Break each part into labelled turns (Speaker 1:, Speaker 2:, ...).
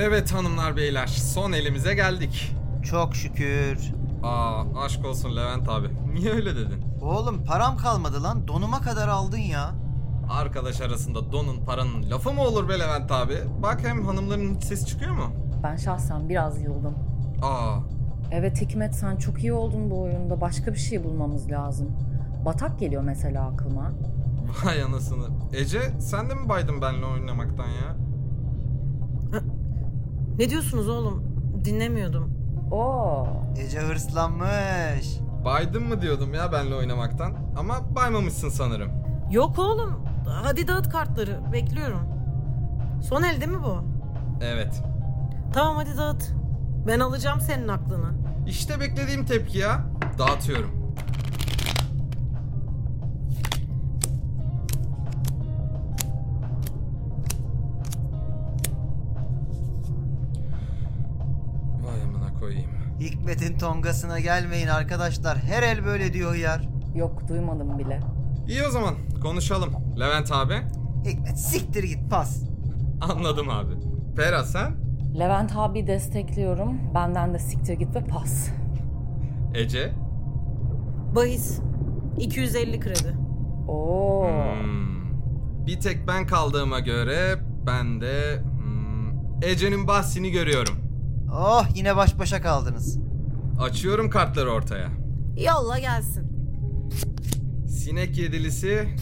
Speaker 1: Evet hanımlar beyler son elimize geldik.
Speaker 2: Çok şükür.
Speaker 1: Aa aşk olsun Levent abi. Niye öyle dedin?
Speaker 2: Oğlum param kalmadı lan. Donuma kadar aldın ya.
Speaker 1: Arkadaş arasında donun paranın lafı mı olur be Levent abi? Bak hem hanımların hiç sesi çıkıyor mu?
Speaker 3: Ben şahsen biraz yıldım.
Speaker 1: Aa
Speaker 3: Evet Hikmet sen çok iyi oldun bu oyunda. Başka bir şey bulmamız lazım. Batak geliyor mesela aklıma.
Speaker 1: vay anasını. Ece sen de mi baydın benimle oynamaktan ya?
Speaker 4: Ne diyorsunuz oğlum? Dinlemiyordum.
Speaker 3: Oo.
Speaker 2: Ece hırslanmış.
Speaker 1: Baydın mı diyordum ya benle oynamaktan. Ama baymamışsın sanırım.
Speaker 4: Yok oğlum. Hadi dağıt kartları. Bekliyorum. Son elde mi bu?
Speaker 1: Evet.
Speaker 4: Tamam hadi dağıt. Ben alacağım senin aklını.
Speaker 1: İşte beklediğim tepki ya. Dağıtıyorum. Vay amına koyayım.
Speaker 2: Hikmet'in tongasına gelmeyin arkadaşlar. Her el böyle diyor yar.
Speaker 3: Yok duymadım bile.
Speaker 1: İyi o zaman konuşalım. Levent abi.
Speaker 2: Hikmet siktir git pas.
Speaker 1: Anladım abi. Pera sen?
Speaker 3: Levent abi destekliyorum. Benden de siktir git ve pas.
Speaker 1: Ece?
Speaker 4: Bahis. 250 kredi.
Speaker 3: Oo.
Speaker 1: Hmm. Bir tek ben kaldığıma göre ben de hmm, Ece'nin bahsini görüyorum.
Speaker 2: Oh yine baş başa kaldınız.
Speaker 1: Açıyorum kartları ortaya.
Speaker 4: Yolla gelsin.
Speaker 1: Sinek yedilisi,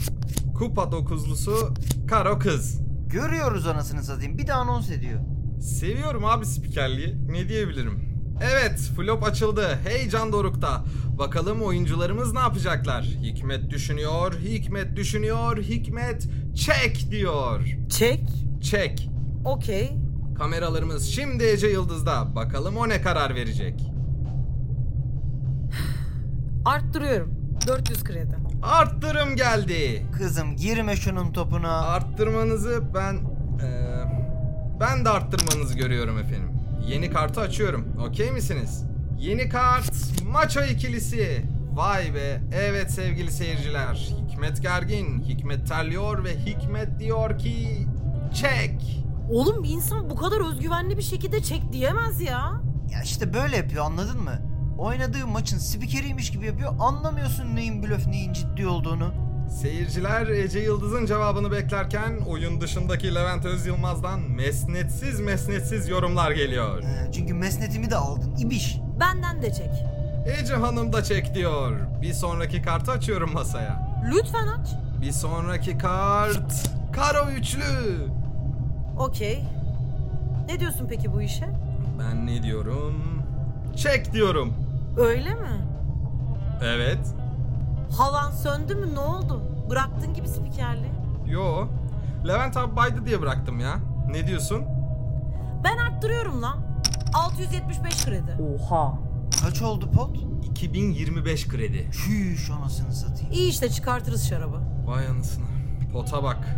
Speaker 1: kupa dokuzlusu, karo kız.
Speaker 2: Görüyoruz anasını satayım. Bir de anons ediyor.
Speaker 1: Seviyorum abi spikerliği. Ne diyebilirim? Evet, flop açıldı. Heyecan dorukta. Bakalım oyuncularımız ne yapacaklar? Hikmet düşünüyor, Hikmet düşünüyor, Hikmet çek diyor.
Speaker 4: Çek.
Speaker 1: Çek.
Speaker 4: Okey.
Speaker 1: Kameralarımız şimdi Ece Yıldız'da. Bakalım o ne karar verecek?
Speaker 4: Arttırıyorum. 400 kredi.
Speaker 1: Arttırım geldi.
Speaker 2: Kızım girme şunun topuna.
Speaker 1: Arttırmanızı ben eee, ben de arttırmanızı görüyorum efendim. Yeni kartı açıyorum. Okey misiniz? Yeni kart Maço ikilisi. Vay be. Evet sevgili seyirciler. Hikmet gergin, Hikmet terliyor ve Hikmet diyor ki çek.
Speaker 4: Oğlum bir insan bu kadar özgüvenli bir şekilde çek diyemez ya.
Speaker 2: Ya işte böyle yapıyor anladın mı? Oynadığı maçın spikeriymiş gibi yapıyor. Anlamıyorsun neyin blöf neyin ciddi olduğunu.
Speaker 1: Seyirciler Ece Yıldız'ın cevabını beklerken oyun dışındaki Levent Öz Yılmaz'dan mesnetsiz mesnetsiz yorumlar geliyor.
Speaker 2: Ee, çünkü mesnetimi de aldın ibiş.
Speaker 4: Benden de çek.
Speaker 1: Ece Hanım da çek diyor. Bir sonraki kartı açıyorum masaya.
Speaker 4: Lütfen aç.
Speaker 1: Bir sonraki kart Karo üçlü.
Speaker 4: Okey. Ne diyorsun peki bu işe?
Speaker 1: Ben ne diyorum? Çek diyorum.
Speaker 4: Öyle mi?
Speaker 1: Evet.
Speaker 4: Havan söndü mü ne oldu? Bıraktın gibi spikerliği.
Speaker 1: Yo. Levent abi baydı diye bıraktım ya. Ne diyorsun?
Speaker 4: Ben arttırıyorum lan. 675 kredi.
Speaker 3: Oha.
Speaker 2: Kaç oldu pot?
Speaker 1: 2025 kredi.
Speaker 2: Çüş anasını satayım.
Speaker 4: İyi işte çıkartırız şarabı.
Speaker 1: Vay anasını. Pota bak.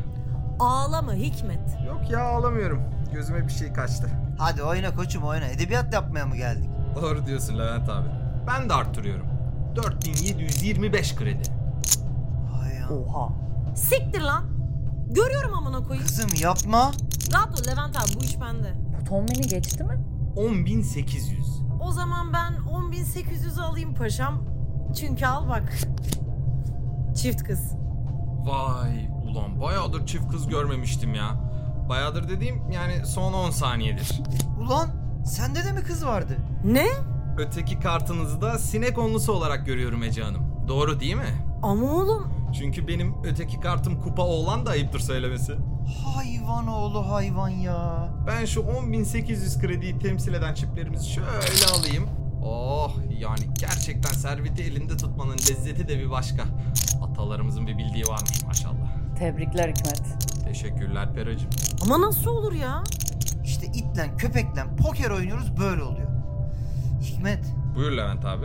Speaker 4: Ağlama Hikmet.
Speaker 1: Yok ya ağlamıyorum. Gözüme bir şey kaçtı.
Speaker 2: Hadi oyna koçum oyna. Edebiyat yapmaya mı geldik?
Speaker 1: Doğru diyorsun Levent abi. Ben de arttırıyorum. 4725 kredi.
Speaker 2: Hay ya.
Speaker 3: Oha.
Speaker 4: Siktir lan. Görüyorum amına koyayım.
Speaker 2: Kızım yapma.
Speaker 4: Rahat ol Levent abi bu iş bende.
Speaker 3: Bu ton beni geçti mi?
Speaker 1: 10800.
Speaker 4: O zaman ben 10.800 alayım paşam. Çünkü al bak. Çift kız.
Speaker 1: Vay ulan bayağıdır çift kız görmemiştim ya. Bayağıdır dediğim yani son 10 saniyedir.
Speaker 2: Ulan sende de mi kız vardı?
Speaker 4: Ne?
Speaker 1: Öteki kartınızı da sinek onlusu olarak görüyorum Ece Hanım. Doğru değil mi?
Speaker 4: Ama oğlum
Speaker 1: Çünkü benim öteki kartım kupa oğlan da ayıptır söylemesi.
Speaker 2: Hayvan oğlu hayvan ya.
Speaker 1: Ben şu 10.800 krediyi temsil eden çiplerimizi şöyle alayım. Oh yani gerçekten serveti elinde tutmanın lezzeti de bir başka. Atalarımızın bir bildiği varmış maşallah.
Speaker 3: Tebrikler Hikmet.
Speaker 1: Teşekkürler Peracığım.
Speaker 4: ama nasıl olur ya?
Speaker 2: İşte itlen köpeklen poker oynuyoruz böyle oluyor. Hikmet
Speaker 1: Buyur Levent abi.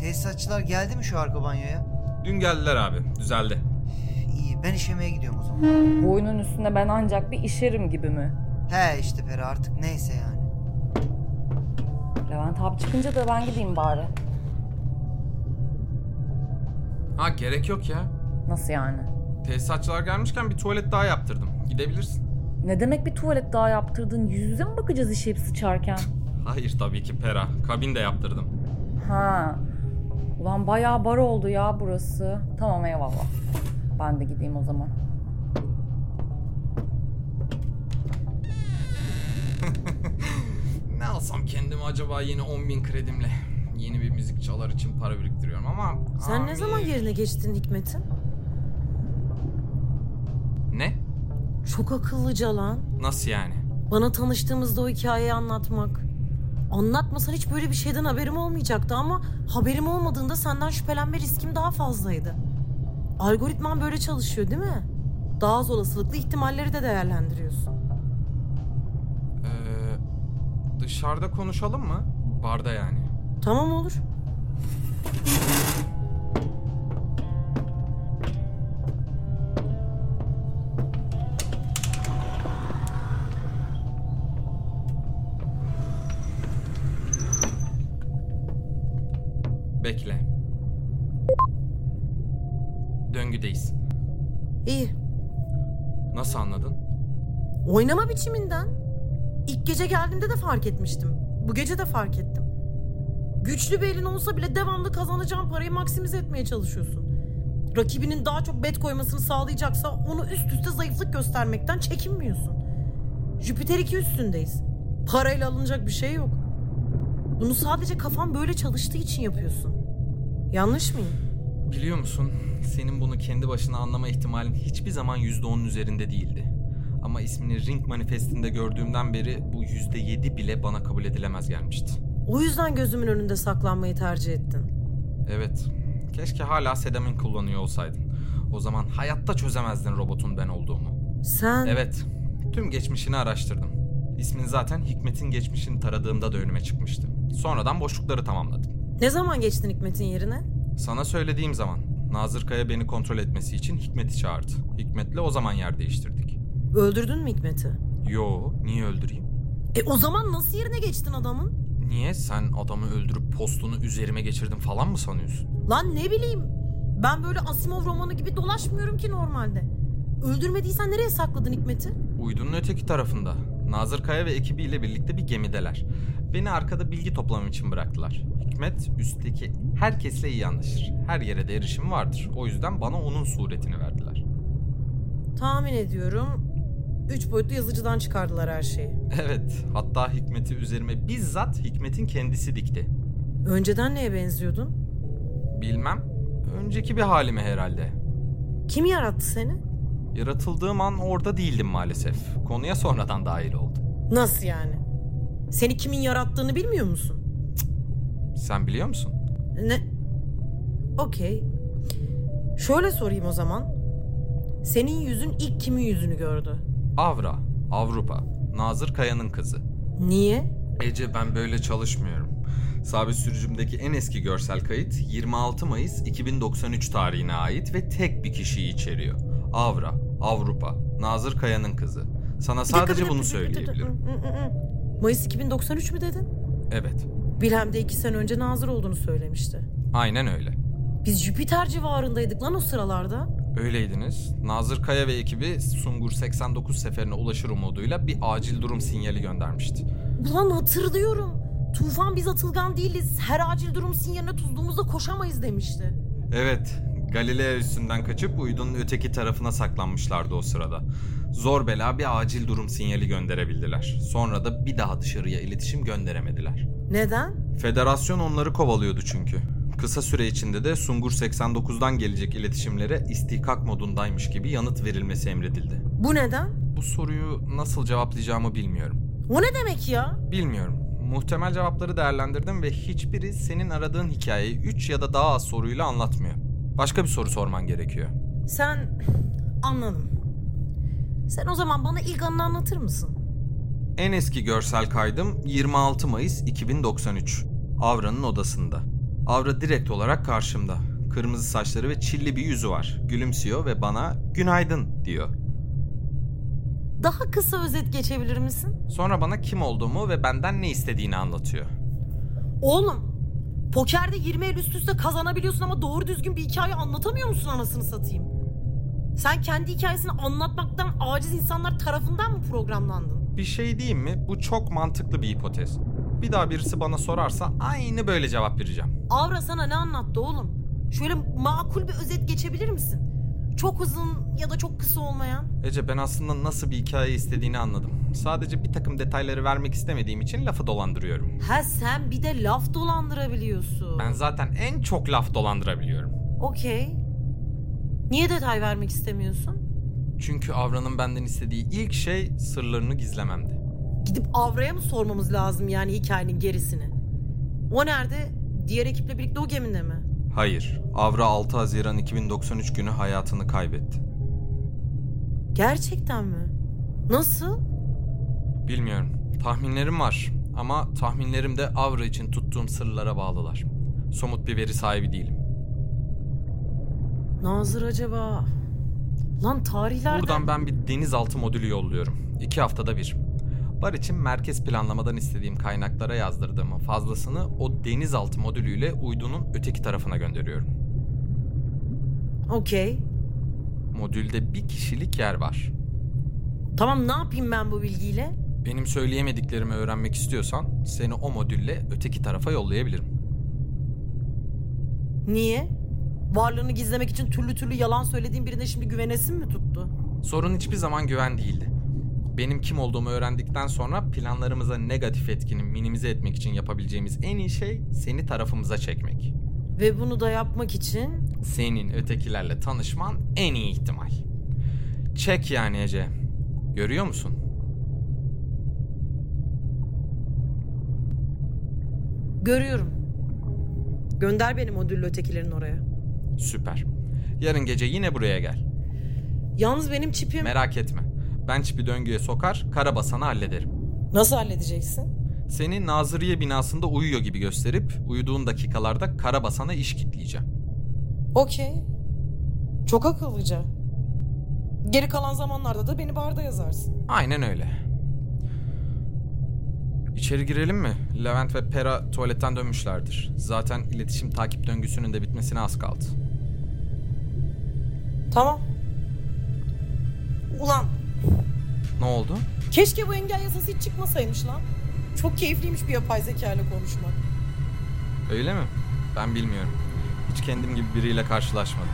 Speaker 2: tesisatçılar geldi mi şu arka banyoya?
Speaker 1: Dün geldiler abi. Düzeldi.
Speaker 2: İyi ben işemeye gidiyorum o zaman.
Speaker 3: Bu oyunun üstünde ben ancak bir işerim gibi mi?
Speaker 2: He işte Peri artık neyse yani.
Speaker 3: Levent abi çıkınca da ben gideyim bari.
Speaker 1: Ha gerek yok ya.
Speaker 3: Nasıl yani?
Speaker 1: Tesisatçılar gelmişken bir tuvalet daha yaptırdım. Gidebilirsin.
Speaker 3: Ne demek bir tuvalet daha yaptırdın? Yüz yüze mi bakacağız işeyip sıçarken?
Speaker 1: Hayır tabii ki pera. Kabin de yaptırdım.
Speaker 3: Ha. Ulan bayağı bar oldu ya burası. Tamam eyvallah. Ben de gideyim o zaman.
Speaker 1: Ne alsam kendime acaba yeni 10.000 kredimle? Yeni bir müzik çalar için para biriktiriyorum ama...
Speaker 4: Sen ne
Speaker 1: Amin.
Speaker 4: zaman yerine geçtin Hikmet'in?
Speaker 1: Ne?
Speaker 4: Çok akıllıca lan.
Speaker 1: Nasıl yani?
Speaker 4: Bana tanıştığımızda o hikayeyi anlatmak. Anlatmasan hiç böyle bir şeyden haberim olmayacaktı ama haberim olmadığında senden şüphelenme riskim daha fazlaydı. Algoritman böyle çalışıyor değil mi? Daha az olasılıklı ihtimalleri de değerlendiriyorsun.
Speaker 1: Ee, dışarıda konuşalım mı? Barda yani.
Speaker 4: Tamam olur.
Speaker 1: Bekle. Döngüdeyiz.
Speaker 4: İyi.
Speaker 1: Nasıl anladın?
Speaker 4: Oynama biçiminden. İlk gece geldiğimde de fark etmiştim. Bu gece de fark ettim. Güçlü bir elin olsa bile devamlı kazanacağın parayı maksimize etmeye çalışıyorsun. Rakibinin daha çok bet koymasını sağlayacaksa onu üst üste zayıflık göstermekten çekinmiyorsun. Jüpiter 2 üstündeyiz. Parayla alınacak bir şey yok. Bunu sadece kafan böyle çalıştığı için yapıyorsun. Yanlış mıyım?
Speaker 1: Biliyor musun? Senin bunu kendi başına anlama ihtimalin hiçbir zaman %10'un üzerinde değildi. Ama ismini Ring manifestinde gördüğümden beri bu %7 bile bana kabul edilemez gelmişti.
Speaker 4: O yüzden gözümün önünde saklanmayı tercih ettin.
Speaker 1: Evet. Keşke hala sedamin kullanıyor olsaydın. O zaman hayatta çözemezdin robotun ben olduğumu.
Speaker 4: Sen...
Speaker 1: Evet. Tüm geçmişini araştırdım. İsmin zaten Hikmet'in geçmişini taradığımda da önüme çıkmıştı. Sonradan boşlukları tamamladım.
Speaker 4: Ne zaman geçtin Hikmet'in yerine?
Speaker 1: Sana söylediğim zaman Nazır Kaya beni kontrol etmesi için Hikmet'i çağırdı. Hikmet'le o zaman yer değiştirdik.
Speaker 4: Öldürdün mü Hikmet'i?
Speaker 1: Yo, niye öldüreyim?
Speaker 4: E o zaman nasıl yerine geçtin adamın?
Speaker 1: Niye sen adamı öldürüp postunu üzerime geçirdin falan mı sanıyorsun?
Speaker 4: Lan ne bileyim. Ben böyle Asimov romanı gibi dolaşmıyorum ki normalde. Öldürmediysen nereye sakladın Hikmet'i?
Speaker 1: Uydunun öteki tarafında. Nazır Kaya ve ekibiyle birlikte bir gemideler. Beni arkada bilgi toplamam için bıraktılar. Hikmet üstteki herkesle iyi anlaşır. Her yere de erişim vardır. O yüzden bana onun suretini verdiler.
Speaker 4: Tahmin ediyorum. Üç boyutlu yazıcıdan çıkardılar her şeyi.
Speaker 1: Evet, hatta Hikmet'i üzerime bizzat Hikmet'in kendisi dikti.
Speaker 4: Önceden neye benziyordun?
Speaker 1: Bilmem, önceki bir halime herhalde.
Speaker 4: Kim yarattı seni?
Speaker 1: Yaratıldığım an orada değildim maalesef. Konuya sonradan dahil oldum.
Speaker 4: Nasıl yani? Seni kimin yarattığını bilmiyor musun?
Speaker 1: Sen biliyor musun?
Speaker 4: Ne? Okey. Şöyle sorayım o zaman. Senin yüzün ilk kimin yüzünü gördü?
Speaker 1: Avra, Avrupa, Nazır Kaya'nın kızı.
Speaker 4: Niye?
Speaker 1: Ece ben böyle çalışmıyorum. Sabit sürücümdeki en eski görsel kayıt 26 Mayıs 2093 tarihine ait ve tek bir kişiyi içeriyor. Avra, Avrupa, Nazır Kaya'nın kızı. Sana
Speaker 4: Bir dakika,
Speaker 1: sadece
Speaker 4: bir dakika,
Speaker 1: bunu
Speaker 4: bir dakika, bir dakika.
Speaker 1: söyleyebilirim.
Speaker 4: Hı, hı, hı. Mayıs 2093 mü dedin?
Speaker 1: Evet,
Speaker 4: Bilhem de iki sene önce nazır olduğunu söylemişti.
Speaker 1: aynen öyle.
Speaker 4: Biz Jüpiter civarındaydık lan o sıralarda.
Speaker 1: Öyleydiniz. Nazır Kaya ve ekibi Sungur 89 seferine ulaşır umuduyla bir acil durum sinyali göndermişti.
Speaker 4: Ulan hatırlıyorum. Tufan biz atılgan değiliz. Her acil durum sinyaline tuzduğumuzda koşamayız demişti.
Speaker 1: Evet, Galileo üstünden kaçıp uydunun öteki tarafına saklanmışlardı o sırada. Zor bela bir acil durum sinyali gönderebildiler. Sonra da bir daha dışarıya iletişim gönderemediler.
Speaker 4: Neden?
Speaker 1: Federasyon onları kovalıyordu çünkü. Kısa süre içinde de Sungur 89'dan gelecek iletişimlere istihkak modundaymış gibi yanıt verilmesi emredildi.
Speaker 4: Bu neden?
Speaker 1: Bu soruyu nasıl cevaplayacağımı bilmiyorum.
Speaker 4: O ne demek ya?
Speaker 1: Bilmiyorum. Muhtemel cevapları değerlendirdim ve hiçbiri senin aradığın hikayeyi 3 ya da daha az soruyla anlatmıyor. Başka bir soru sorman gerekiyor.
Speaker 4: Sen... Anladım. Sen o zaman bana ilk anını anlatır mısın?
Speaker 1: En eski görsel kaydım 26 Mayıs 2093. Avra'nın odasında. Avra direkt olarak karşımda. Kırmızı saçları ve çilli bir yüzü var. Gülümsüyor ve bana günaydın diyor.
Speaker 4: Daha kısa özet geçebilir misin?
Speaker 1: Sonra bana kim olduğumu ve benden ne istediğini anlatıyor.
Speaker 4: Oğlum pokerde 20 el üst üste kazanabiliyorsun ama doğru düzgün bir hikaye anlatamıyor musun anasını satayım? Sen kendi hikayesini anlatmaktan aciz insanlar tarafından mı programlandın?
Speaker 1: Bir şey diyeyim mi? Bu çok mantıklı bir hipotez. Bir daha birisi bana sorarsa aynı böyle cevap vereceğim.
Speaker 4: Avra sana ne anlattı oğlum? Şöyle makul bir özet geçebilir misin? Çok uzun ya da çok kısa olmayan.
Speaker 1: Ece ben aslında nasıl bir hikaye istediğini anladım. Sadece bir takım detayları vermek istemediğim için lafı dolandırıyorum.
Speaker 4: Ha sen bir de laf dolandırabiliyorsun.
Speaker 1: Ben zaten en çok laf dolandırabiliyorum.
Speaker 4: Okey. Niye detay vermek istemiyorsun?
Speaker 1: Çünkü Avra'nın benden istediği ilk şey sırlarını gizlememdi.
Speaker 4: Gidip Avra'ya mı sormamız lazım yani hikayenin gerisini? O nerede? Diğer ekiple birlikte o gemide mi?
Speaker 1: Hayır, Avra 6 Haziran 2093 günü hayatını kaybetti.
Speaker 4: Gerçekten mi? Nasıl?
Speaker 1: Bilmiyorum. Tahminlerim var ama tahminlerim de Avra için tuttuğum sırlara bağlılar. Somut bir veri sahibi değilim.
Speaker 4: Nazır acaba? Lan tarihlerden...
Speaker 1: Buradan ben bir denizaltı modülü yolluyorum. İki haftada bir. Bar için merkez planlamadan istediğim kaynaklara yazdırdığımın fazlasını o denizaltı modülüyle uydunun öteki tarafına gönderiyorum.
Speaker 4: Okey.
Speaker 1: Modülde bir kişilik yer var.
Speaker 4: Tamam ne yapayım ben bu bilgiyle?
Speaker 1: Benim söyleyemediklerimi öğrenmek istiyorsan seni o modülle öteki tarafa yollayabilirim.
Speaker 4: Niye? Varlığını gizlemek için türlü türlü yalan söylediğin birine şimdi güvenesin mi tuttu?
Speaker 1: Sorun hiçbir zaman güven değildi. Benim kim olduğumu öğrendikten sonra planlarımıza negatif etkini minimize etmek için yapabileceğimiz en iyi şey seni tarafımıza çekmek.
Speaker 4: Ve bunu da yapmak için
Speaker 1: Senin ötekilerle tanışman en iyi ihtimal. Çek yani Ece. Görüyor musun?
Speaker 4: Görüyorum. Gönder beni modüllü ötekilerin oraya.
Speaker 1: Süper. Yarın gece yine buraya gel.
Speaker 4: Yalnız benim çipim...
Speaker 1: Merak etme. Ben çipi döngüye sokar, karabasanı hallederim.
Speaker 4: Nasıl halledeceksin?
Speaker 1: Seni Nazırıye binasında uyuyor gibi gösterip uyuduğun dakikalarda karabasana iş kitleyeceğim.
Speaker 4: Okey. Çok akıllıca. Geri kalan zamanlarda da beni barda yazarsın.
Speaker 1: Aynen öyle. İçeri girelim mi? Levent ve Pera tuvaletten dönmüşlerdir. Zaten iletişim takip döngüsünün de bitmesine az kaldı.
Speaker 4: Tamam. Ulan
Speaker 1: Ne oldu?
Speaker 4: keşke bu engel yasası hiç çıkmasaymış lan. Çok keyifliymiş bir yapay zeka ile konuşmak.
Speaker 1: Öyle mi? Ben bilmiyorum. Hiç kendim gibi biriyle karşılaşmadım.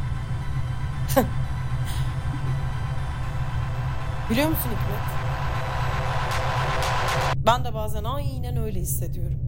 Speaker 4: Biliyor musun Hikmet? Ben de bazen aynen öyle hissediyorum.